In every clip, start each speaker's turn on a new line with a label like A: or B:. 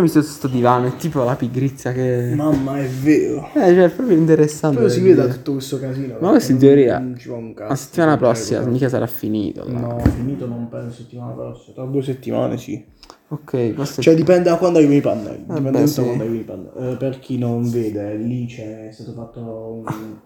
A: mi sto su sto divano, è tipo la pigrizia che...
B: Mamma, è vero.
A: Eh, cioè, è proprio interessante.
B: Però si
A: da
B: vede da
A: vedere.
B: tutto questo casino.
A: Ma
B: perché
A: questo in
B: non-
A: teoria-
B: non ci va un cazzo.
A: La settimana
B: Non c'è
A: prossima
B: quello.
A: mica sarà finito. là.
B: No, finito non penso settimana prossima. Tra due settimane sì.
A: Ok, questo
B: Cioè
A: è...
B: dipende da quando arrivi i pannelli.
A: Vabbè,
B: Dipende tutto
A: Eh, sì.
B: da quando arrivi i pannelli. Eh, per chi non vede, lì c'è è stato fatto un-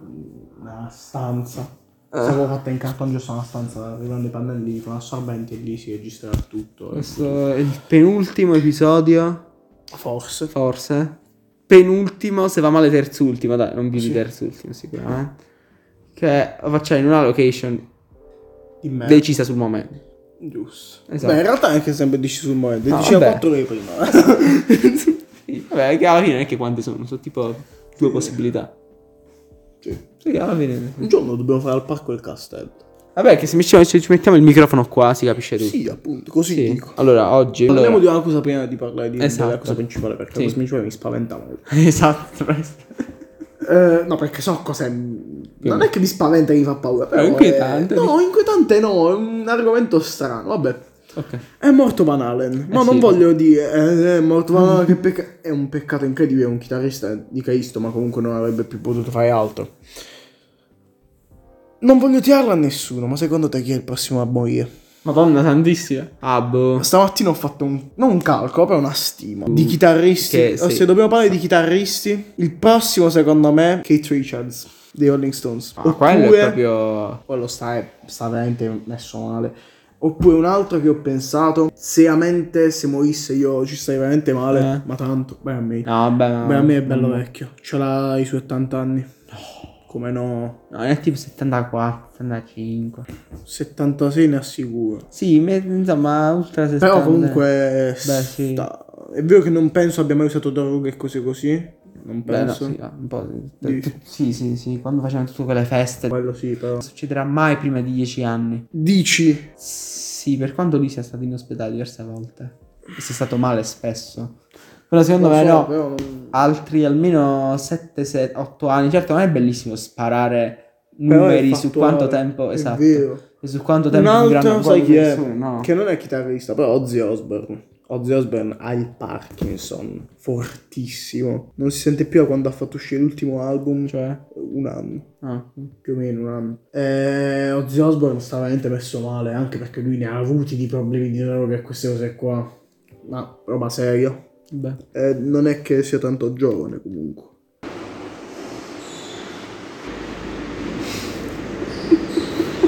B: una stanza.
A: Eh.
B: Stavo fatta in cartone giusto una stanza, arrivando i pannelli con assorbenti e lì si registrerà tutto.
A: questo è il penultimo episodio,
B: Forse.
A: forse. Penultimo, se va male terzultimo, dai, non vi
B: Sì.
A: terzultimo sicuramente. Che facciamo in una location
B: Eh. In me.
A: decisa sul momento.
B: Giusto.
A: Esatto.
B: Beh, in realtà è anche sempre deciso sul momento.
A: No,
B: Diceva
A: vabbè.
B: 4 ore prima.
A: Sì, Vabbè, che alla fine non è che quante sono, sono tipo due possibilità.
B: Sì.
A: Sì, che alla fine...
B: Un giorno dobbiamo fare al parco il castello.
A: Vabbè, che se mi- se ci mettiamo il microfono qua si capisce tutto.
B: Sì, appunto, così
A: Sì.
B: dico.
A: Allora, oggi...
B: Parliamo
A: allora-
B: di una cosa prima di parlare di, della
A: Esatto.
B: cosa principale, perché
A: Sì.
B: la cosa principale mi spaventava molto.
A: Esatto, presto.
B: Eh, no, perché so cos'è. Non è che mi spaventa e mi fa paura. Però
A: È inquietante.
B: è- No, inquietante no, è un argomento strano. Vabbè.
A: Ok.
B: È morto Van Halen. No,
A: Eh
B: non
A: sì.
B: voglio dire. eh, è morto Van Halen. Che pecca- È un peccato incredibile. È un chitarrista di Caisto, ma comunque non avrebbe più potuto fare altro. Non voglio tirarla a nessuno, ma secondo te chi è il prossimo a morire?
A: Madonna santissima. Ah, boh.
B: Stamattina ho fatto un, non un calcolo, però una stima di chitarristi.
A: Uh, Che,
B: O
A: sì.
B: se dobbiamo parlare di chitarristi, il prossimo secondo me è Kate Richards dei Rolling Stones.
A: Ah, quello è proprio...
B: quello sta, sta veramente messo male. Oppure un altro che ho pensato, seriamente se morisse io ci starei veramente male,
A: Eh. Ah,
B: ma tanto, beh a me,
A: No, vabbè, no.
B: beh, a me è bello vecchio, ce l'ha i suoi 80 anni. Come no,
A: No, è tipo 74, 75.
B: 76 ne assicuro.
A: Sì, me- insomma, ultra 60.
B: Però comunque eh,
A: Beh, sì.
B: sta- è vero che non penso abbia mai usato droghe e cose così. Non
A: Beh, no,
B: penso.
A: sì, va, un po'...
B: Dici?
A: Sì, sì, sì, quando facevano tutte quelle feste. Non
B: Quello sì, però.
A: succederà mai prima di 10 anni.
B: Dici
A: Sì, per quanto lui sia stato in ospedale diverse volte. E sia stato male spesso. Però secondo
B: Non
A: me
B: so,
A: no.
B: però non-
A: altri almeno 7, 8 anni. Certo, non è bellissimo sparare
B: però è
A: numeri su
B: fattuale,
A: quanto tempo
B: è
A: esatto.
B: vero.
A: E su quanto
B: Un
A: tempo
B: altro, sai chi è?
A: No.
B: Che non è chitarrista, però Ozzy Osbourne. Ozzy Osbourne ha il Parkinson fortissimo. Non si sente più da quando ha fatto uscire l'ultimo album, cioè
A: Cioè,
B: un anno.
A: ah,
B: più o meno un anno. Eh, Ozzy Osbourne sta veramente messo male, anche perché lui ne ha avuti di problemi di droga e queste cose qua. Ma roba seria.
A: vabbè.
B: Eh, non è che sia tanto giovane comunque.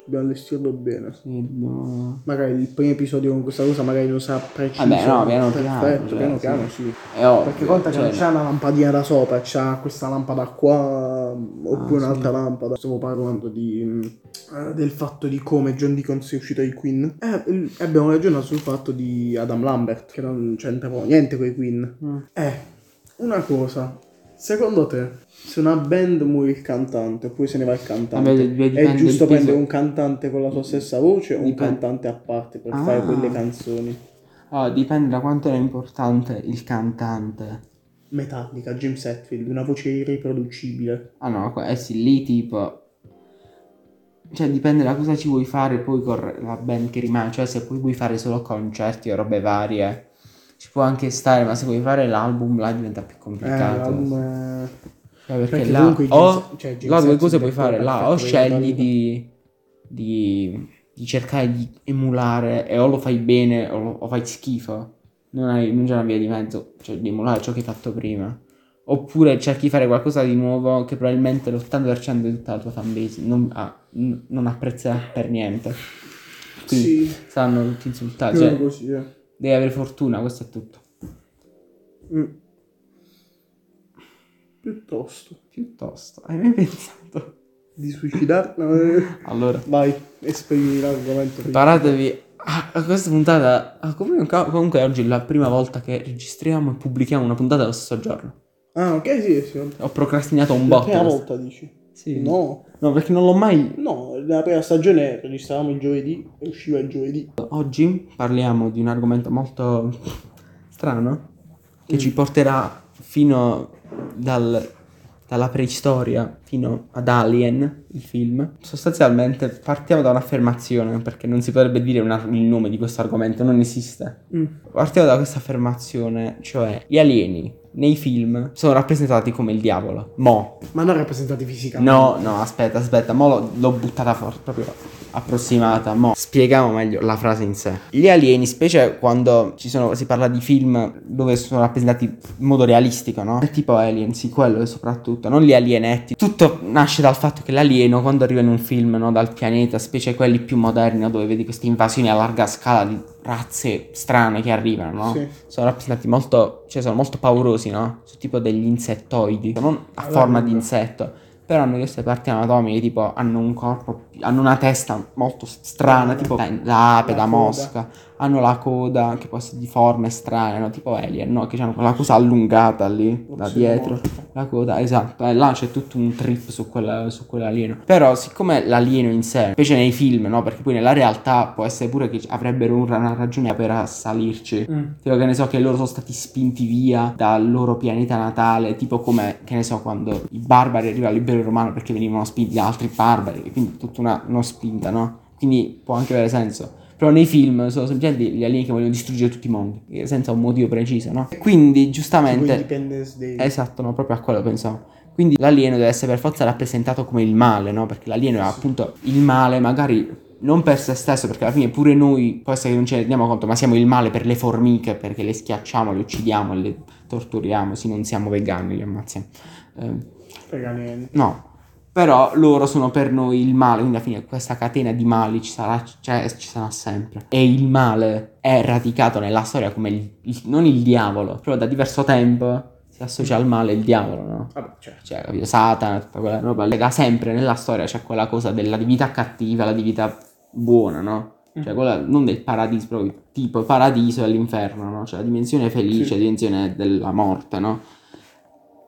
B: Dobbiamo gestirlo bene.
A: Sì, no.
B: Magari il primo episodio con questa cosa magari non sarà preciso.
A: Vabbè, no, piano piano,
B: Perfetto,
A: cioè,
B: piano
A: sì.
B: piano, sì.
A: È ovvio,
B: Perché conta che
A: cioè,
B: non c'è una lampadina da sopra, c'è questa lampada qua mm, oppure
A: Ah,
B: un'altra
A: sì.
B: lampada. Stavo parlando di, mm, eh, del fatto di come John Deacon sia uscito ai Queen. Eh, l- abbiamo ragionato sul fatto di Adam Lambert, che non c'entra proprio niente con i Queen.
A: Mm.
B: Eh, una cosa, secondo te, se una band muore il cantante oppure se ne va il cantante,
A: Vabbè, dipende
B: è giusto
A: il peso.
B: prendere un cantante con la sua stessa voce o un
A: Dipende.
B: cantante a parte per
A: Ah.
B: fare quelle canzoni?
A: Oh, dipende da quanto era importante il cantante.
B: Metallica, James Hetfield, una voce irriproducibile.
A: Ah no, que- eh sì, lì tipo... Cioè dipende da cosa ci vuoi fare poi con la band che rimane, cioè se poi vuoi fare solo concerti o robe varie ci può anche stare, ma se vuoi fare l'album là diventa più
B: Eh,
A: complicato.
B: l'album è-
A: Cioè, perché,
B: Perché
A: là
B: comunque i
A: o
B: James- cioè, James
A: là due
B: Hetfield
A: cose
B: è
A: puoi
B: proprio
A: fare là
B: perfetto
A: o
B: per
A: scegli
B: Metallica.
A: di, di, di cercare di emulare e o lo fai bene o, lo- o fai schifo non, hai, non c'è una via di mezzo cioè di emulare ciò che hai fatto prima oppure cerchi di fare qualcosa di nuovo che probabilmente l'80% di tutta la tua fanbase non, ha- n- non apprezzerà per niente quindi
B: Sì,
A: saranno tutti insultati
B: più o meno
A: cioè,
B: così, eh.
A: devi avere fortuna questo è tutto
B: Mm. Piuttosto.
A: piuttosto hai mai pensato
B: Di suicidarti? No, eh.
A: allora
B: Vai, esprimi l'argomento.
A: Preparatevi a, a Ah, questa puntata. a- comunque, comunque oggi è la prima volta che registriamo e pubblichiamo una puntata lo stesso giorno.
B: Ah, ok, sì, sì.
A: Ho procrastinato un
B: La
A: botto.
B: prima
A: questa-
B: volta dici?
A: Sì. No.
B: No.
A: perché non l'ho mai.
B: No, la prima stagione registravamo il giovedì e usciva il giovedì.
A: Oggi parliamo di un argomento molto strano che
B: Mm.
A: ci porterà fino dal dalla preistoria fino ad Alien, il film. Sostanzialmente partiamo da un'affermazione, perché non si potrebbe dire una- il nome di questo argomento, non esiste.
B: Mm.
A: Partiamo da questa affermazione, cioè gli alieni nei film sono rappresentati come il diavolo. Mo.
B: Ma non rappresentati fisicamente.
A: No, no, aspetta, aspetta, mo l'ho, l'ho buttata fuori, proprio approssimata, mo. Spieghiamo meglio la frase in sé. Gli alieni, specie quando ci sono, si parla di film dove sono rappresentati in modo realistico, no? È tipo Alien, sì, quello soprattutto, non gli alienetti. Tutto nasce dal fatto che l'alieno, quando arriva in un film, no, dal pianeta, specie quelli più moderni, no, dove vedi queste invasioni a larga scala di razze strane che arrivano, no?
B: Sì.
A: sono rappresentati molto, cioè sono molto paurosi, no? Sono tipo degli insettoidi, non a
B: Allora,
A: forma di
B: no.
A: insetto, però hanno queste parti anatomiche, tipo hanno un corpo, hanno una testa molto s- strana,
B: Strana.
A: tipo la- l'ape,
B: La
A: la,
B: coda.
A: mosca, hanno la coda che può essere di forme strane, no? Tipo alien, no? Che hanno quella cosa allungata lì, da dietro. La coda, esatto, e là c'è tutto un trip su, quella, su quell'alieno. Però, siccome l'alieno in sé, invece nei film, no? Perché poi nella realtà può essere pure che avrebbero un- una ragione per assalirci.
B: Mm.
A: Tipo che ne so che loro sono stati spinti via dal loro pianeta natale, tipo come, che ne so, quando i barbari arrivano al Impero Romano perché venivano spinti da altri barbari, e quindi tutta una, una spinta, no? Quindi può anche avere senso. Però nei film sono semplicemente gli alieni che vogliono distruggere tutti i mondi, eh, senza un motivo preciso, no? E quindi
B: Tipo
A: giustamente...
B: Independence Day.
A: Esatto, no, proprio a quello pensavo. Quindi l'alieno deve essere per forza rappresentato come il male, no? Perché l'alieno è
B: Sì.
A: appunto il male, magari non per se stesso, perché alla fine pure noi, può essere che non ce ne rendiamo conto, ma siamo il male per le formiche, perché le schiacciamo, le uccidiamo, le torturiamo, sì, non siamo vegani, li ammazziamo. Eh,
B: Frega niente.
A: no. Però loro sono per noi il male, quindi alla fine questa catena di mali ci sarà, cioè, ci sarà sempre. E il male è radicato nella storia come il- il- non il diavolo, però da diverso tempo si associa al male il diavolo, no?
B: Vabbè, certo.
A: Cioè, capito, Satana, tutta quella roba. lì. Da sempre nella storia c'è quella cosa della divinità cattiva, la divinità buona, no?
B: Mm.
A: Cioè, quella non del paradiso, proprio tipo il paradiso e l'inferno, no? Cioè, la dimensione felice,
B: Sì.
A: la dimensione della morte, no?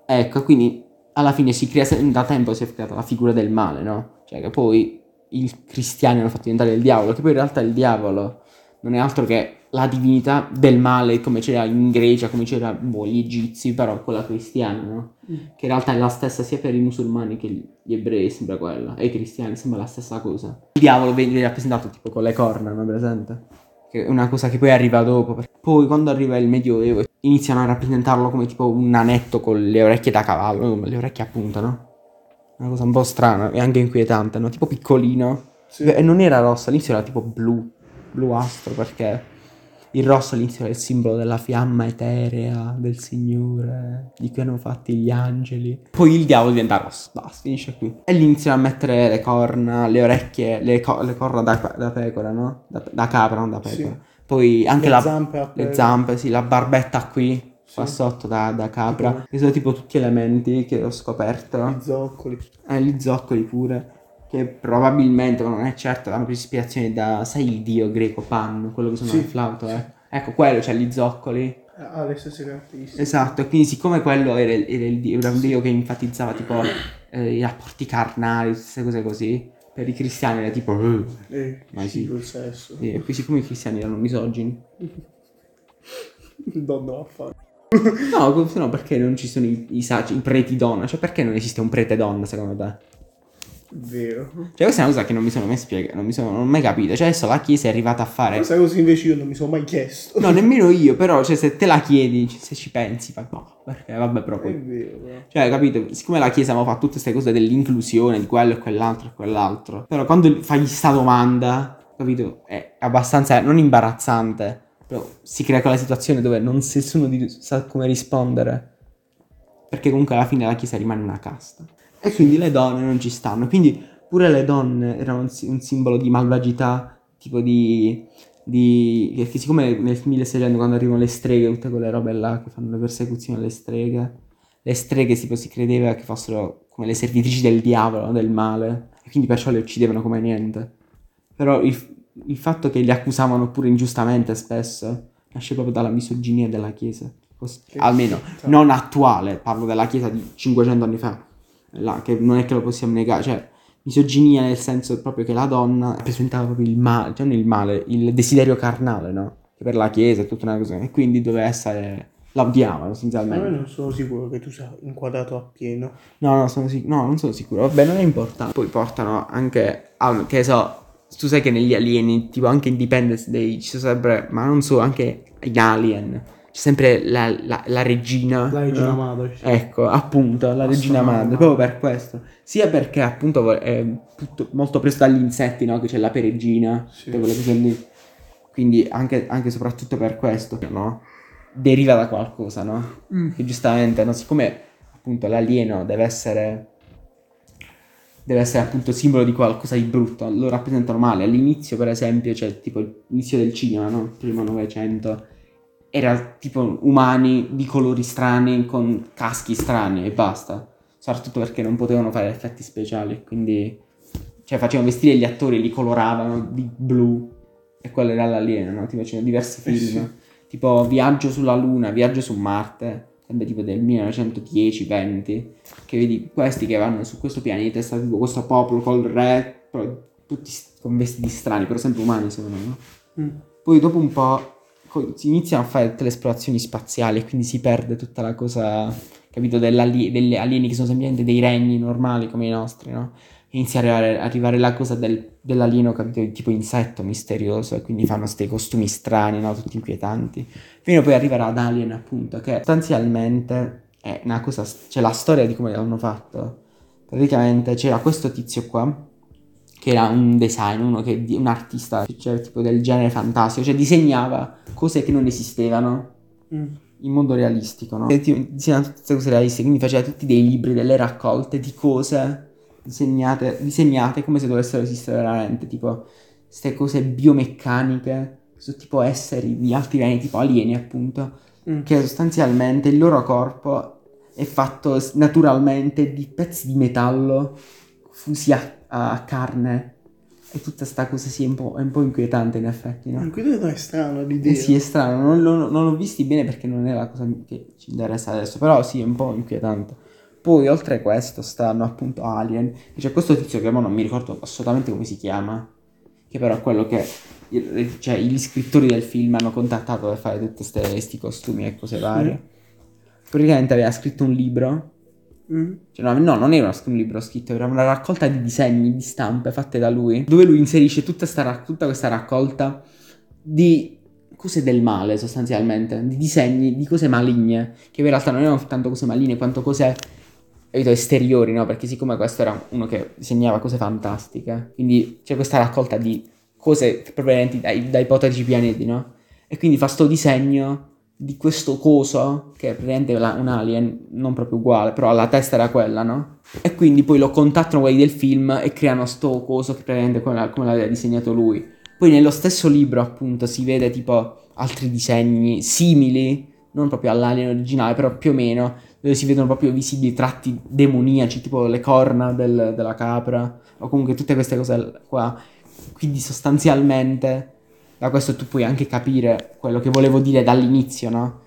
A: Ecco, quindi alla fine si crea se- da tempo si è creata la figura del male, no? Cioè, che poi i cristiani hanno fatto diventare il diavolo, che poi in realtà il diavolo non è altro che la divinità del male, come c'era in Grecia, come c'era boh, gli egizi, però quella cristiana, no?
B: Mm.
A: Che in realtà è la stessa sia per i musulmani che gli gli ebrei, sembra quella, e i cristiani sembra la stessa cosa. Il diavolo viene rappresentato tipo con le corna, no? Presente? Che è una cosa che poi arriva dopo. perché Poi quando arriva il Medioevo iniziano a rappresentarlo come tipo un nanetto con le orecchie da cavallo, come le orecchie a punta, no? Una cosa un po' strana e anche inquietante, no? Tipo piccolino.
B: Sì.
A: E non era rosso, all'inizio era tipo blu, bluastro, perché il rosso all'inizio era il simbolo della fiamma eterea del Signore, di cui hanno fatti gli angeli. Poi il diavolo diventa rosso, basta, finisce qui. E lì iniziano a mettere le corna, le orecchie, le, co- le corna da, da pecora, no? Da, da capra, non da
B: Sì.
A: pecora. Poi anche
B: le
A: la,
B: zampe a
A: le zampe, sì, la barbetta qui, qua
B: Eh. Sì.
A: sotto da, da capra. Che sono tipo tutti elementi che ho scoperto.
B: i zoccoli.
A: Eh, gli zoccoli pure. Che probabilmente, ma non è certo, hanno preso ispirazione da, sai, il dio greco Pan, quello che sono
B: Sì.
A: il flauto, eh. Ecco, quello, cioè gli zoccoli.
B: Eh, Ha le stesse caratteristiche.
A: Esatto, e quindi siccome quello era, il- era il dio, era un
B: Sì.
A: dio che enfatizzava tipo eh, i rapporti carnali, queste cose così, per i cristiani era tipo... "Eh".
B: Eh,
A: Ma
B: sì, Eh.
A: sì.
B: col sesso.
A: Sì, E qui siccome i cristiani erano misogini,
B: Donna va a fare.
A: no, co- se no perché non ci sono i, i saggi, i preti donna, cioè perché non esiste un prete donna secondo te?
B: Vero.
A: Cioè questa è una cosa che non mi sono mai spiegata, non mi sono non ho mai capito, cioè adesso la chiesa è arrivata a fare
B: Questa cosa invece io non mi sono mai chiesto.
A: No, nemmeno io, però, cioè, se te la chiedi, c- se ci pensi, fai, no, perché, vabbè, però
B: È
A: poi...
B: vero, però.
A: Cioè, capito, siccome la Chiesa mo fa tutte queste cose dell'inclusione, di quello e quell'altro e quell'altro, però quando fai sta domanda, capito, è abbastanza, non imbarazzante, però si crea quella situazione dove non nessuno di- sa come rispondere, perché comunque alla fine la Chiesa rimane una casta. E quindi le donne non ci stanno, quindi pure le donne erano un si- un simbolo di malvagità, tipo di di... Perché siccome nel 1600 quando arrivano le streghe, tutte quelle robe là che fanno le persecuzioni alle streghe, le streghe tipo, si credeva che fossero come le servitrici del diavolo, del male, e quindi perciò le uccidevano come niente. Però il, il fatto che le accusavano pure ingiustamente spesso nasce proprio dalla misoginia della Chiesa. Cos-
B: Che
A: almeno
B: città.
A: Certo. non attuale, parlo della Chiesa di 500 anni fa, là, che non è che lo possiamo negare, cioè misoginia nel senso proprio che la donna rappresentava proprio il male, cioè non il male, il desiderio carnale, no? Che per la Chiesa è tutta una cosa, e quindi doveva essere la odiavano
B: Ma io
A: essenzialmente.
B: non sono sicuro che tu sia inquadrato appieno.
A: No, no, sono sic- no, non sono sicuro. Vabbè, non è importante. Poi portano anche. a- che so. Tu sai che negli alieni, tipo anche Independence Day, ci sono sempre. Ma non so, anche in Alien. C'è sempre la, la- la regina.
B: La regina
A: no?
B: madre.
A: Ecco, appunto, la regina
B: Assolutamente.
A: madre, proprio per questo. Sia perché appunto vo- è tutto- molto preso dagli insetti, no? Che c'è la peregina,
B: Sì.
A: tutte quelle cose lì. Quindi anche, anche e soprattutto per questo, no? Deriva da qualcosa, no?
B: Mm.
A: Che giustamente, no? Siccome appunto l'alieno deve essere... Deve essere appunto simbolo di qualcosa di brutto, lo rappresentano male. All'inizio, per esempio, c'è tipo l'inizio del cinema, no? Primo Novecento, era tipo umani di colori strani con caschi strani e basta. Soprattutto perché non potevano fare effetti speciali, quindi cioè facevano vestire gli attori, li coloravano di blu e quello era l'alieno, no? Ti facevano diversi
B: Eh
A: film, tipo Viaggio sulla Luna, Viaggio su Marte, sempre tipo del 1910-20, che vedi questi che vanno su questo pianeta e sta tipo questo popolo col re, poi tutti s- con vestiti strani, però sempre umani secondo me.
B: Mm.
A: Poi dopo un po' co- si iniziano a fare tutte le esplorazioni spaziali e quindi si perde tutta la cosa, capito, dell'ali- degli alieni che sono semplicemente dei regni normali come i nostri, no? Inizia a arrivare, arrivare la cosa del- dell'alieno, capito, tipo insetto misterioso e quindi fanno questi costumi strani, no? Tutti inquietanti. Fino a poi arriverà ad Alien, appunto, che sostanzialmente è una cosa, c'è la storia di come l'hanno fatto. Praticamente c'era questo tizio qua, che era un design, uno che, di- un artista, cioè tipo del genere fantastico, cioè disegnava cose che non esistevano
B: Mm.
A: in modo realistico, no? E ti- disegnava tutte queste cose realistiche, quindi faceva tutti dei libri, delle raccolte di cose disegnate, disegnate come se dovessero esistere veramente, tipo queste cose biomeccaniche, su tipo esseri di altri pianeti, tipo alieni appunto,
B: Mm.
A: che sostanzialmente il loro corpo è fatto s- naturalmente di pezzi di metallo fusi a, a carne e tutta sta cosa sì, è, un po', è un po' inquietante in effetti, no?
B: Ma Quello Mm, è strano l'idea.
A: Eh sì, è strano, non, l'ho- non l'ho visti bene perché non è la cosa che ci interessa adesso, però sì, è un po' inquietante. Poi oltre a questo stanno appunto Alien, che c'è questo tizio che mo non mi ricordo assolutamente come si chiama, che però è quello che il- cioè, gli scrittori del film hanno contattato per fare tutti questi costumi e cose
B: Sì.
A: varie. Praticamente aveva scritto un libro,
B: Mm.
A: cioè, no, no, non era uno sc- un libro scritto, era una raccolta di disegni, di stampe fatte da lui, dove lui inserisce tutta, sta rac- tutta questa raccolta di cose del male, sostanzialmente, di disegni, di cose maligne, che in realtà non erano tanto cose maligne quanto cose capito, esteriori, no? Perché siccome questo era uno che disegnava cose fantastiche, quindi c'è questa raccolta di cose provenienti dai, da ipotetici pianeti, no? E quindi fa sto disegno di questo coso, che è praticamente la- un alien, non proprio uguale, però la testa era quella, no? E quindi poi lo contattano quelli del film e creano sto coso che praticamente come, la- come l'aveva disegnato lui. Poi nello stesso libro, appunto, si vede tipo altri disegni simili, non proprio all'alien originale, però più o meno, dove si vedono proprio visibili tratti demoniaci, tipo le corna del- della capra, o comunque tutte queste cose qua. Quindi sostanzialmente da questo tu puoi anche capire quello che volevo dire dall'inizio, no?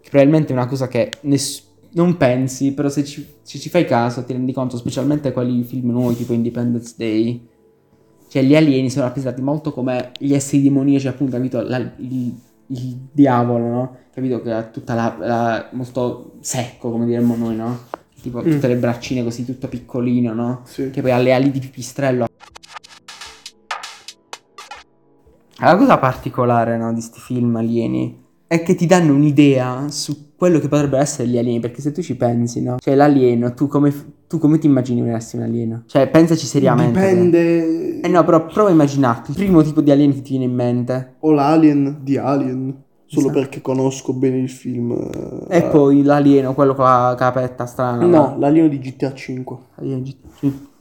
A: Che probabilmente è una cosa che ness- non pensi, però se ci, se ci fai caso ti rendi conto, specialmente quelli film nuovi tipo Independence Day, cioè gli alieni sono rappresentati molto come gli esseri demoniaci, appunto, capito? La- il, il diavolo, no? Capito che ha tutta la, la- molto secco, come diremmo noi, no? Tipo
B: Mm.
A: tutte le braccine così, tutto piccolino, no?
B: Sì.
A: che poi ha le ali di pipistrello. La cosa particolare no, di sti film alieni è che ti danno un'idea su quello che potrebbero essere gli alieni, perché se tu ci pensi, no? Cioè l'alieno, tu come, tu come ti immagini un essere un alieno? Cioè pensaci seriamente.
B: Dipende.
A: Eh no, però prova a immaginarti il primo tipo di alieno che ti viene in mente.
B: O l'Alien di Alien. Solo
A: Esatto.
B: perché conosco bene il film. eh,
A: E poi l'alieno, quello con la capetta strana.
B: No, eh, l'Alien di GTA 5.
A: Alieno gi-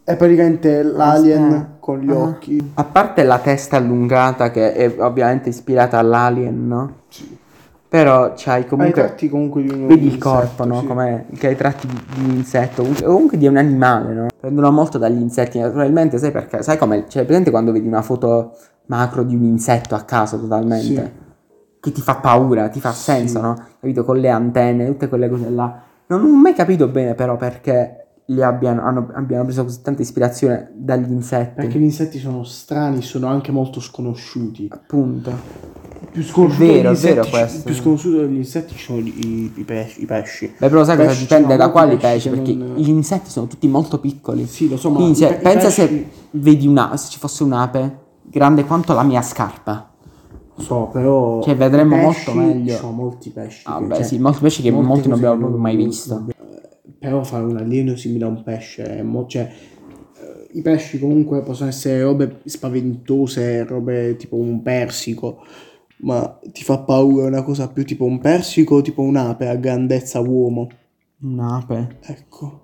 B: È praticamente l'Alien
A: sta-
B: con gli
A: Ah.
B: occhi.
A: A parte la testa allungata che è ovviamente ispirata all'alien, no?
B: Sì.
A: Però c'hai
B: Ha i
A: comunque.
B: tratti comunque di un
A: Vedi il
B: insetto,
A: corpo, no?
B: sì.
A: Come che ha i tratti di, di un insetto, comunque, comunque di un animale, no? Prendono molto dagli insetti, naturalmente, sai perché? Sai come? Cioè, presente quando vedi una foto macro di un insetto a caso totalmente?
B: Sì.
A: Che ti fa paura, ti fa
B: Sì.
A: senso, no? Capito? Con le antenne, tutte quelle cose là. Non ho mai capito bene però perché li abbiano, hanno- abbiano preso così tanta ispirazione dagli insetti.
B: Perché gli insetti sono strani, sono anche molto sconosciuti.
A: Appunto.
B: più sconosciuto
A: Vero,
B: degli
A: è vero
B: insetti ci-
A: questo.
B: più sconosciuto degli insetti ci sono i, i pesci, i pesci.
A: Beh, però sai cosa
B: Pesci,
A: dipende
B: no,
A: da
B: molti
A: quali
B: pesci
A: pesci,
B: che
A: perché
B: non-
A: gli insetti sono tutti molto piccoli.
B: Sì, lo so, ma
A: Quindi
B: i
A: se-
B: pe- i
A: pensa
B: pesci-
A: se vedi una, se ci fosse un'ape grande quanto la mia scarpa.
B: So, però.
A: Cioè, vedremmo
B: i
A: molto meglio.
B: Ci sono molti pesci.
A: Ah,
B: che-
A: beh,
B: cioè,
A: sì, molti pesci che
B: molte
A: molti non
B: cose
A: abbiamo
B: che
A: proprio
B: non-
A: mai
B: non-
A: visto.
B: Però fare un alieno simile a un pesce è mo- cioè, eh, I pesci comunque possono essere robe spaventose, robe tipo un persico, ma ti fa paura una cosa più tipo un persico o tipo un'ape a grandezza uomo?
A: Un'ape.
B: Ecco.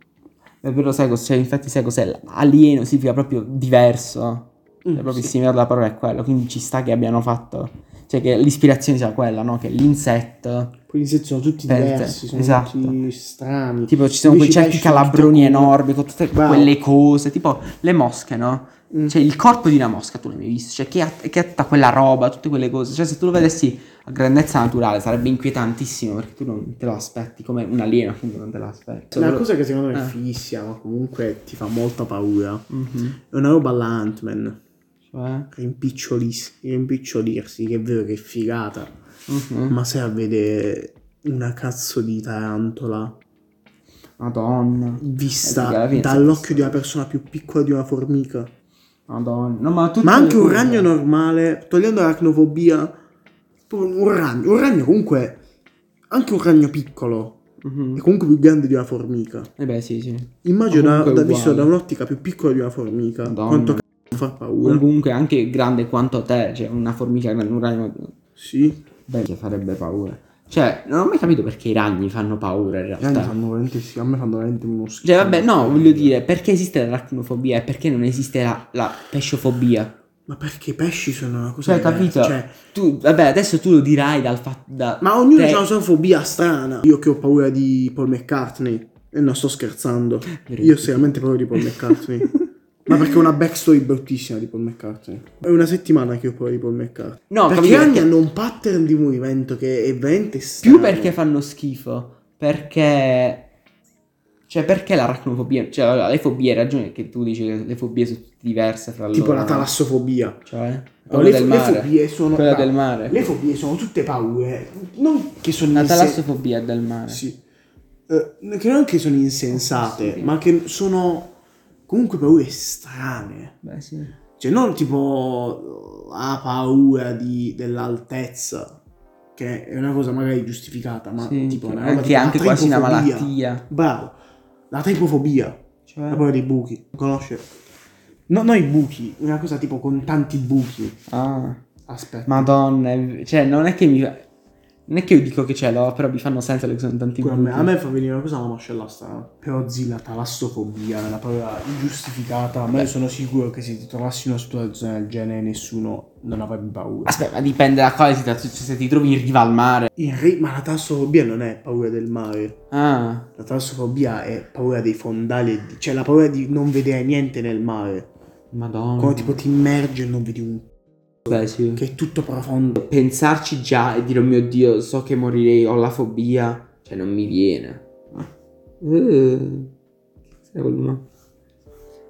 A: È vero, Eh, sai cos'è? Infatti, sai cos'è? Alieno significa proprio diverso. È proprio
B: Eh, sì.
A: il significato della parola è quello. Quindi ci sta che abbiano fatto. Cioè, che l'ispirazione sia quella, no? Che l'insetto.
B: Poi gli insetti sono tutti
A: Pensa,
B: diversi, sono
A: esatto.
B: tutti strani.
A: Tipo, ci sono quei
B: Invece i
A: certi
B: pesci sono
A: calabroni
B: tutti-
A: enormi con tutte
B: Bravo.
A: quelle cose. Tipo le mosche, no?
B: Mm.
A: Cioè, il corpo di una mosca, tu l'hai mai visto? Cioè, che ha, che ha tutta quella roba, tutte quelle cose. Cioè, se tu lo vedessi a grandezza naturale sarebbe inquietantissimo perché tu non te lo aspetti. Come un alieno, appunto, non te lo aspetti.
B: Una cosa che secondo me è
A: Eh.
B: fissa, ma comunque ti fa molta paura.
A: Mhm.
B: È una roba alla Ant-Man.
A: Cioè.
B: Rimpicciolis- rimpicciolirsi, che è vero che è figata.
A: mhm.
B: Ma se a vedere una cazzo di tarantola
A: Madonna. Eh, perché
B: vista
A: alla fine
B: dall'occhio
A: sono-
B: di una persona più piccola di una formica.
A: Madonna. No, ma, tutte
B: Ma anche
A: le
B: un
A: cose-
B: ragno normale, togliendo l'aracnofobia, proprio un ragno, un ragno comunque, anche un ragno piccolo, è
A: Mhm.
B: comunque più grande di una formica.
A: Eh beh, sì, sì.
B: Immagino
A: Ma
B: da,
A: comunque
B: da-
A: è
B: visto da
A: uguale.
B: un'ottica più piccola di una formica,
A: Madonna.
B: quanto c***o fa paura.
A: Comunque anche grande quanto te, cioè una formica grande, un ragno
B: Sì,
A: beh, che farebbe paura. Cioè, non ho mai capito perché i ragni fanno paura in
B: i ragni
A: realtà.
B: fanno veramente sì, a me fanno veramente uno schifo.
A: Cioè, vabbè, no, voglio dire, perché esiste l'aracnofobia e perché non esiste la, la pesciofobia?
B: Ma perché i pesci sono una cosa
A: Cioè, capito?
B: diversa, Cioè,
A: Tu, vabbè, adesso tu lo dirai dal fatto... Da...
B: Ma ognuno
A: te-
B: ha la sua fobia strana. Io che ho paura di Paul McCartney. E non sto scherzando. Io ho seriamente paura di Paul McCartney. Ma perché ho una backstory bruttissima di Paul McCartney. È una settimana che ho paura di Paul McCartney.
A: No,
B: perché
A: capito,
B: gli anni
A: perché-
B: hanno un pattern di movimento che è veramente strano.
A: Più perché fanno schifo, perché... Cioè, perché l'aracnofobia? Cioè, le fobie, hai ragione che tu dici che le fobie sono tutte diverse fra loro.
B: Tipo la
A: no?
B: talassofobia.
A: Cioè,
B: No,
A: quella
B: le,
A: del
B: fo- le
A: mare.
B: fobie sono...
A: Quella
B: no,
A: del mare.
B: Le fobie sono tutte paure. Non che sono...
A: La
B: inse-
A: talassofobia del mare.
B: Sì. Eh, che non che sono insensate,
A: Sì.
B: ma che sono comunque paure strane.
A: Beh, sì.
B: Cioè, non tipo uh, ha paura di- dell'altezza, che è una cosa magari giustificata, ma
A: Sì,
B: tipo una roba
A: anche,
B: tipo la
A: anche quasi una
B: tripofobia.
A: malattia.
B: Bravo, la tripofobia,
A: Cioè,
B: la paura dei buchi, conosce? No, no, i buchi, una cosa tipo con tanti buchi.
A: ah,
B: Aspetta,
A: madonna, è- cioè, non è che mi. Non è che io dico che ce l'ho, però mi fanno senso che sono tanti
B: Pure a,
A: buchi.
B: me, a me fa venire una cosa una mascella strana. Però zilla, talassofobia è una parola ingiustificata, ma io sono sicuro che se ti trovassi in una situazione del genere nessuno non avrebbe paura.
A: Aspetta, ma dipende da quale situazione. Cioè, se ti trovi in riva al mare.
B: Il re- ma la talassofobia non è paura del mare.
A: Ah,
B: La talassofobia è paura dei fondali, e di- cioè la paura di non vedere niente nel mare.
A: madonna.
B: Quando tipo ti immergi e non vedi un
A: Beh, sì.
B: che è tutto profondo.
A: Pensarci già e dire, oh mio dio, so che morirei, ho la fobia. Cioè, non mi viene. Ah. Eh, sai quel no?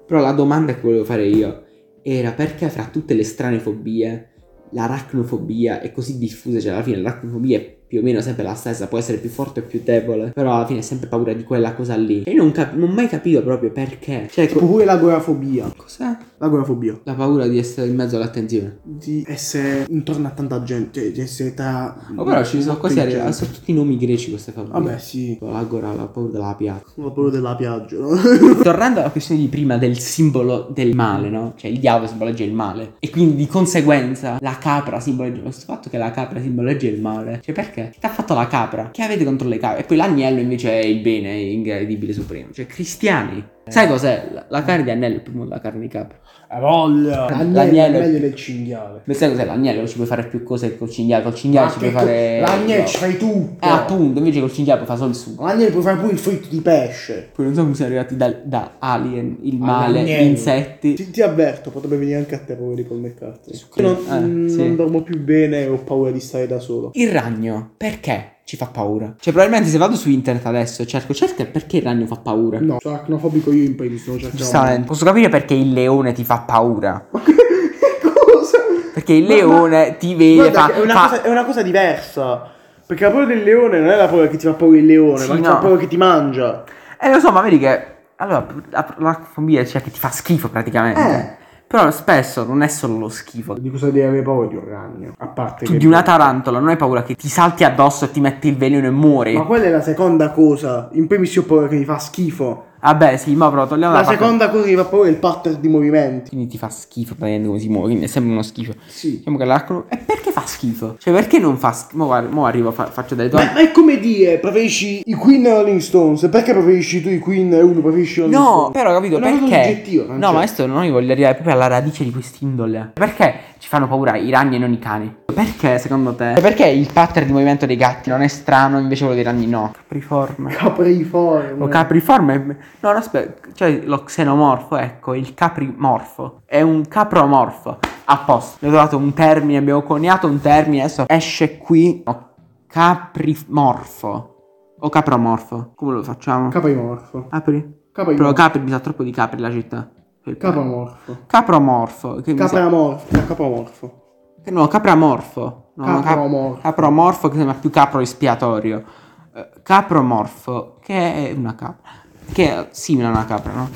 A: Però la domanda che volevo fare io era perché fra tutte le strane fobie l'aracnofobia è così diffusa, cioè alla fine l'aracnofobia è più o meno sempre la stessa, può essere più forte o più debole, però alla fine è sempre paura di quella cosa lì. E io non, cap- non ho mai capito proprio perché. Cioè,
B: Tipo
A: co-
B: pure l'agorafobia.
A: cos'è?
B: L'agorafobia.
A: La paura di essere in mezzo all'attenzione.
B: Di essere intorno a tanta gente, cioè di essere tra...
A: Oh, però ci sono quasi
B: molte
A: arrivati,
B: gente.
A: sono tutti nomi greci queste fobie.
B: Vabbè sì,
A: L'agora, la paura della piazza.
B: la paura della piaggia. no?
A: Tornando alla questione di prima del simbolo del male, no? Cioè il diavolo simboleggia il male. E quindi di conseguenza la capra simboleggia. Questo fatto che la capra simboleggia il male. Cioè perché? Che ha fatto la capra? Che avete contro le capre? E poi l'agnello invece è il bene, è incredibile supremo. Cioè cristiani. Sai cos'è? La- La carne di agnello è più la carne di capra.
B: La voglia! L'agnello
A: L'agnello
B: è
A: è-
B: meglio del cinghiale.
A: Ma sai cos'è? L'agnello ci puoi fare più cose che col cinghiale. Col
B: Ma
A: cinghiale ci
B: che
A: puoi
B: co-
A: fare.
B: L'agnello
A: no.
B: ci fai tutto!
A: Eh, appunto, invece col cinghiale puoi fare solo il sugo.
B: L'agnello puoi fare pure il fritto di pesce.
A: Poi non so come siamo arrivati da, da Alien, il
B: Ah,
A: male, gli
B: All'agnello.
A: insetti.
B: Ti, ti avverto, potrebbe venire anche a te paura di Paul McCartney.
A: Su-
B: Io non,
A: eh,
B: mm,
A: sì.
B: non dormo più bene e ho paura di stare da solo.
A: Il ragno perché ci fa paura? Cioè, probabilmente se vado su internet adesso e cerco, cerca perché il ragno fa paura.
B: No, sono arachnofobico io in primis, non cercherò.
A: Giustamente. Posso capire perché il leone ti fa paura.
B: Cosa?
A: Perché perché il
B: Ma-
A: leone ti vede,
B: Guarda,
A: fa,
B: che è, una
A: fa-
B: cosa, è una cosa diversa. Perché la paura del leone non è la paura che ti fa paura il leone,
A: Sì,
B: ma è
A: no.
B: la paura che ti mangia.
A: Eh, lo so, ma vedi che. Allora, la, la fobia cioè, che ti fa schifo praticamente.
B: Eh.
A: Però spesso non è solo lo schifo.
B: Di cosa devi avere paura di un ragno? A parte
A: Tu
B: che-
A: di una tarantola non hai paura che ti salti addosso e ti metti il veleno e muori.
B: Ma quella è la seconda cosa. In primis io ho paura che mi fa schifo.
A: Ah, Vabbè, sì, ma però togliamo
B: La
A: parte-
B: seconda cosa che mi fa paura è il pattern di movimenti.
A: Quindi ti fa schifo praticamente come si muove, quindi è sempre uno schifo.
B: Sì.
A: Diciamo che l'arco. E perché fa schifo? Cioè, perché non fa schifo? Mo, guarda, mo arrivo, fa- faccio delle domande.
B: Ma è come dire, preferisci i Queen o i Rolling Stones? Perché preferisci tu i Queen e uno preferisci i Rolling Stones?
A: No, però capito
B: È una cosa
A: perché?
B: soggettiva,
A: No,
B: Francesco.
A: ma questo noi voglio arrivare proprio alla radice di quest'indole. Perché ci fanno paura i ragni e non i cani? Perché secondo te? E Perché il pattern di movimento dei gatti non è strano, invece quello dei ragni no? Capriforme.
B: Capriforme.
A: O capriforme? No, no, aspetta, cioè lo xenomorfo, ecco, il caprimorfo. È un capromorfo. Apposta. Ne ho trovato un termine, abbiamo coniato un termine, adesso esce qui. No, caprimorfo. O capromorfo. Come lo facciamo?
B: Caprimorfo.
A: Apri. Però
B: Caprimorfo.
A: Capri mi sa troppo di Capri la città.
B: Capamorfo.
A: Capromorfo. Che mi sa-
B: Capramorfo. Capamorfo.
A: che no, capramorfo. No, no, cap-
B: Capromorfo.
A: capromorfo che sembra più capro espiatorio. Eh, capromorfo, che è una capra. Che è simile a una capra, no?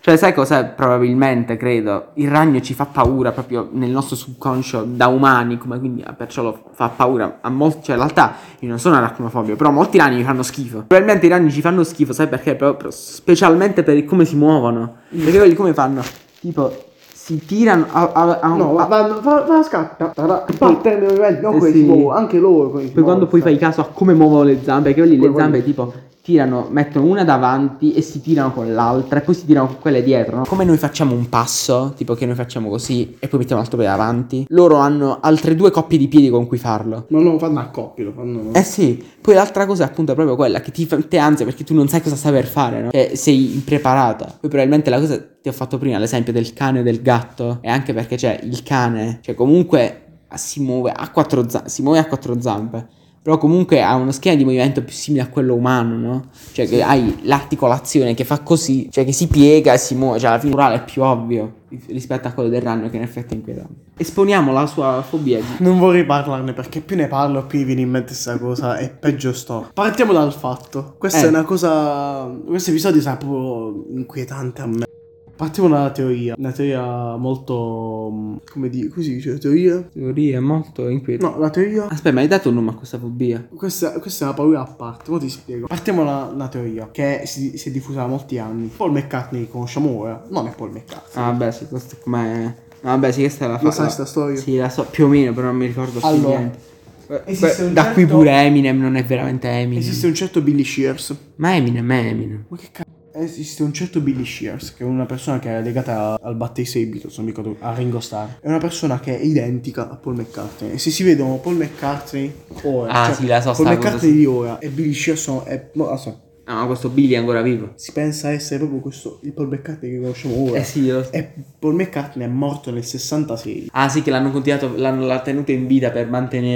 A: Cioè, sai cos'è? Probabilmente, credo. Il ragno ci fa paura proprio nel nostro subconscio da umani, come quindi ah, perciò lo fa paura a molti. Cioè, in realtà io non sono aracnofobio, però molti ragni mi fanno schifo. Probabilmente i ragni ci fanno schifo, sai perché? Proprio, specialmente per il come si muovono. Perché quelli come fanno? Tipo, si tirano a, a- a-
B: No,
A: a-
B: ma vanno, fa, fa la scatta. Sarà il
A: poi-
B: pattern di movimenti, non
A: eh
B: quelli
A: sì.
B: si muovono, anche loro. quelli si
A: Poi quando poi
B: muovono,
A: fai caso a come muovono le zampe, che quelli le
B: Poi
A: zampe tipo tirano, mettono una davanti e si tirano con l'altra e poi si tirano con quelle dietro, no? Come noi facciamo un passo, tipo che noi facciamo così e poi mettiamo l'altro piede avanti, loro hanno altre due coppie di piedi con cui farlo.
B: Ma non lo fanno a coppie, lo fanno.
A: Eh sì, poi l'altra cosa appunto è proprio quella che ti fa te ansia perché tu non sai cosa saper fare, no? Cioè, sei impreparata. Poi probabilmente la cosa ti ho fatto prima, l'esempio del cane e del gatto, è anche perché c'è il cane, cioè comunque ah, si muove a quattro zampe, si muove a quattro zampe. Però comunque ha uno schema di movimento più simile a quello umano, no? Cioè che hai l'articolazione che fa così, cioè che si piega e si muove, cioè la figurale è più ovvio rispetto a quello del ragno che in effetti è inquietante. Esponiamo la sua fobia di
B: Non vorrei parlarne perché più ne parlo, più mi viene in mente questa cosa e peggio sto. Partiamo dal fatto. Questa
A: Eh.
B: è una cosa. Questo episodio sarà proprio inquietante a me. Partiamo dalla teoria. Una teoria molto. mm, come dire? Così dice teoria?
A: teoria molto inquietante.
B: No, la teoria.
A: Aspetta, ma hai dato un nome a questa fobia?
B: Questa, questa è una paura a parte, ora ti spiego. Partiamo da una teoria che si, si è diffusa da molti anni. Paul McCartney che conosciamo ora, non è Paul McCartney.
A: Ah, vabbè, sì, questo come. ah, Vabbè, sì, questa è la fa-
B: Lo sai
A: la-
B: sta storia?
A: Sì, la so più o meno, però non mi ricordo più
B: Allora,
A: niente. Beh,
B: esiste
A: beh,
B: un
A: da
B: certo-
A: qui pure Eminem non è veramente Eminem.
B: Esiste un certo Billy Shears.
A: Ma Eminem è Eminem.
B: Ma che cazzo? Esiste un certo Billy Shears, che è una persona che è legata al battesimo dei Beatles, non mi ricordo, a Ringo Starr. È una persona che è identica a Paul McCartney. E se si vedono Paul McCartney ora,
A: Ah,
B: cioè,
A: sì, la so,
B: Paul
A: sta
B: McCartney
A: cosa, sì.
B: di ora e Billy Shears sono... È, no, la so,
A: Ah, ma questo Billy è ancora vivo.
B: si pensa essere proprio questo, il Paul McCartney che conosciamo ora.
A: Eh sì, lo so.
B: E Paul McCartney è morto nel 66.
A: Ah, sì, che l'hanno continuato, l'hanno l'ha tenuto in vita per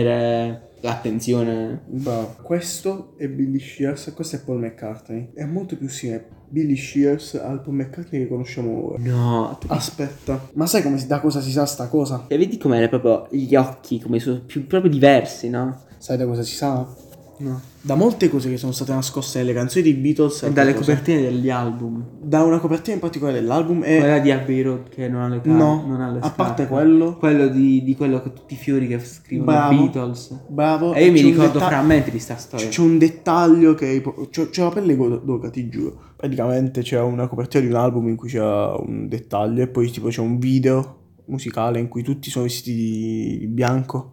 A: mantenere l'attenzione.
B: Bravo. Questo è Billy Shears, questo è Paul McCartney. È molto più simile Billy Shears al Paul McCartney che conosciamo ora.
A: No, tu...
B: Aspetta, ma sai come si- da cosa si sa sta cosa?
A: E vedi com'era proprio gli occhi, come sono più proprio diversi, no?
B: Sai da cosa si sa?
A: No.
B: Da molte cose che sono state nascoste nelle canzoni dei Beatles
A: E dalle
B: cose-
A: copertine degli album.
B: Da una copertina in particolare dell'album e...
A: Quella di Abbey Road che non ha le carte,
B: No,
A: non ha le
B: a parte
A: scarpe.
B: quello...
A: quello di, di quello che tutti i fiori che scrivono
B: Bravo.
A: Beatles.
B: Bravo.
A: E io mi
B: c'è un
A: ricordo
B: detta-
A: frammenti di sta storia.
B: c'è- C'è un dettaglio che... C'è, c'è la pelle d'oca, ti giuro. Praticamente c'è una copertina di un album in cui c'è un dettaglio e poi tipo c'è un video musicale in cui tutti sono vestiti di, di bianco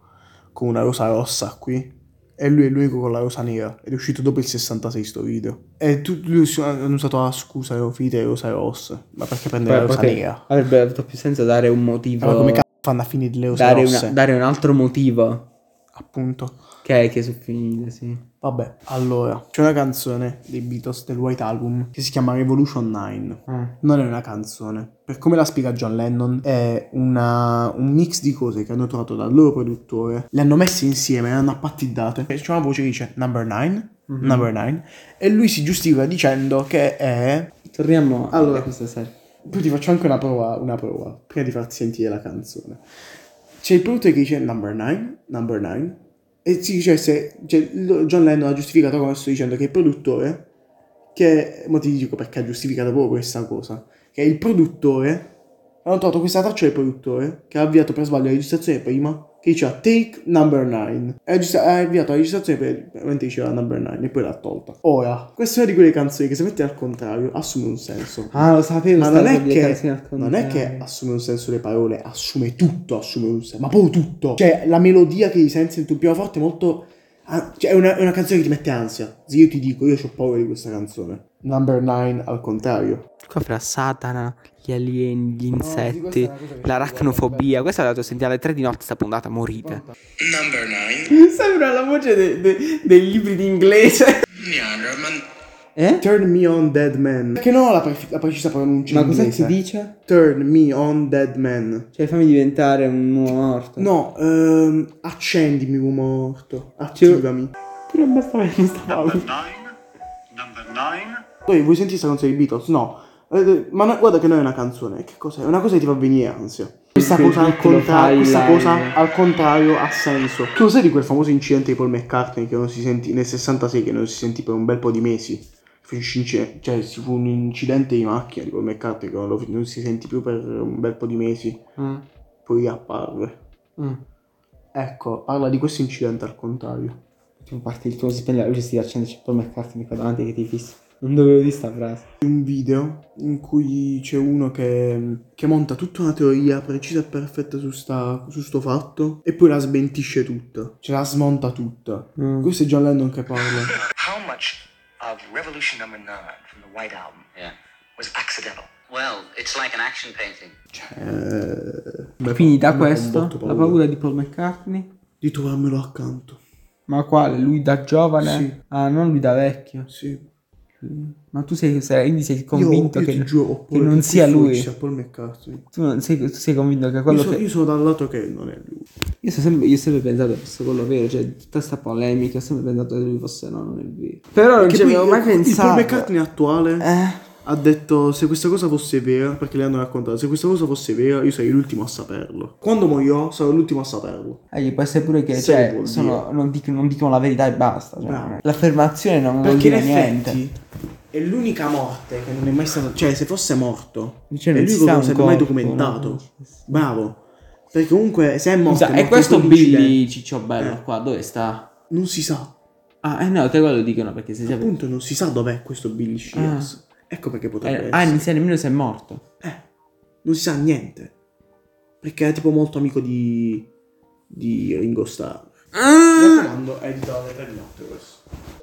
B: con una rosa rossa qui. E lui è l'unico con la rosa nera. Ed è uscito dopo il 66 sto video. E tu, lui us- hanno usato la "Ah, scusa, rofite e rosa rosse. Ma perché prendere la rosa nera?
A: avrebbe avuto più senso dare un motivo.
B: Allora come cazzo fanno a finire le rose
A: dare,
B: rosse?
A: una- dare un altro motivo.
B: Appunto.
A: Che è che sono finite, sì.
B: Vabbè, allora, c'è una canzone dei Beatles del White Album che si chiama Revolution 9.
A: Ah.
B: Non è una canzone. Per come la spiega John Lennon, è una- un mix di cose che hanno trovato dal loro produttore, le hanno messe insieme, le hanno appattidate. E C'è una voce che dice number 9,
A: Mhm.
B: number 9, e lui si giustifica dicendo che è...
A: Torniamo
B: Allora.
A: a questa serie.
B: Poi ti faccio anche una prova, una prova, prima di farti sentire la canzone. c'è il produttore che dice number 9, number 9. E si dice se cioè, lo- John Lennon ha giustificato questo dicendo che il produttore, che mo ti dico perché ha giustificato proprio questa cosa, che il produttore, hanno trovato questa traccia del produttore che ha avviato per sbaglio la registrazione prima, che diceva take number 9. E ha gis- ha avviato la registrazione per, veramente diceva number 9 e poi l'ha tolta. Ora, questa è una di quelle canzoni che se metti al contrario assume un senso.
A: Ah, lo sapevo.
B: Ma
A: stavo
B: non è,
A: per dire canzoni
B: che,
A: al
B: non è che
A: contrario.
B: assume un senso le parole, assume tutto, assume un senso, ma proprio tutto. Cioè, la melodia che senti in tuo pianoforte è molto... ah, Cioè, è una, è una canzone che ti mette ansia. Se io ti dico, io ho paura di questa canzone. Number 9 al contrario.
A: Qua fra Satana, gli alieni, gli insetti, l'aracnofobia. Questa la dovete sentire alle 3 di notte sta puntata, morite.
C: Number 9,
A: Sembra la voce dei libri di inglese.
C: Neander Man,
A: Eh?
B: Turn me on dead man. Perché no la, pre- la precisa pronuncia
A: Ma
B: in
A: cos'è
B: inglese?
A: che dice?
B: Turn me on dead man.
A: Cioè fammi diventare un uomo morto.
B: No, ehm, accendimi uomo morto. Attivami.
A: Però basta che non stavo.
D: nine, number nine,
B: Poi vuoi sentire questa canzone dei Beatles? No. Eh, Ma no- guarda che non è una canzone, che cos'è? È una cosa che ti fa venire ansia. Questa
A: Che
B: cosa, al,
A: te lo
B: contra-
A: fai
B: questa
A: live.
B: cosa al contrario ha senso. Tu lo sai di quel famoso incidente di Paul McCartney che non si sentì nel 66 che non si sentì per un bel po' di mesi? Fu un inci- Cioè, ci fu un incidente di macchina di Paul McCartney che non, lo- non si sentì più per un bel po' di mesi.
A: Ah,
B: Poi apparve.
A: ah.
B: Ecco, parla di questo incidente al contrario.
A: Tu parte il tuo stipendio, la luce si accende, c'è Paul McCartney qua davanti che ti fissa. Non dovevo dire sta frase.
B: un video in cui c'è uno che, che monta tutta una teoria precisa e perfetta su, sta, su sto fatto e poi la smentisce tutta, cioè la smonta tutta.
A: Mm.
B: Questo è John Lennon che parla.
E: How much of Revolution Number Nine from the White Album
F: Yeah.
E: was accidental?
F: Well, it's like an action painting.
B: Cioè,
A: Quindi da
B: mi fa un
A: questo
B: botto
A: la paura di Paul McCartney.
B: di trovarmelo accanto.
A: Ma quale? Lui da giovane?
B: Sì.
A: Ah, non lui da vecchio.
B: Sì.
A: Ma tu sei, sei- quindi sei convinto
B: io, io
A: che,
B: ti giuro, ho
A: che
B: paura
A: non
B: che
A: sia
B: tu
A: lui.
B: fuggi a Paul McCartney.
A: Tu, non sei, tu sei convinto che
B: Io,
A: quello
B: so-
A: che.
B: io sono dal lato che non è lui.
A: Io, so sempre, io ho sempre pensato che fosse quello vero, cioè tutta questa polemica, ho sempre pensato che lui fosse no, non è vero. Però non
B: Che
A: ci
B: poi
A: avevo
B: il-
A: mai pensato.
B: Il Paul McCartney attuale
A: Eh.
B: ha detto se questa cosa fosse vera, perché le hanno raccontato, se questa cosa fosse vera io sarei l'ultimo a saperlo. Quando morirò sarò l'ultimo a saperlo.
A: Eh, gli può essere pure che
B: Sì,
A: cioè,
B: vuol
A: sono- non, dicono, non dicono la verità e basta. cioè,
B: Bravo.
A: l'affermazione non vuol
B: Perché in
A: dire
B: effetti
A: niente.
B: è l'unica morte che non è mai stata... Cioè se fosse morto,
A: Cioè,
B: e
A: non
B: lui
A: si
B: proprio
A: sa
B: non
A: un
B: sarebbe mai
A: corpo,
B: documentato.
A: no? Sì, sì.
B: Bravo. Perché comunque se è morto...
A: Scusa,
B: è
A: e
B: morto
A: questo
B: per un
A: Billy
B: incidente.
A: Ciccio Bello
B: Eh.
A: qua dove sta?
B: Non si sa.
A: Ah, eh no, che quello dicono perché se si
B: Appunto non si sa dov'è questo Billy Shears. Ecco perché potrebbe
A: eh, Ah,
B: essere.
A: non si sa nemmeno se è morto.
B: Eh, non si sa niente. Perché è tipo molto amico Ah! di. di Ringo Starr. Mi raccomando, è di dare per notte questo.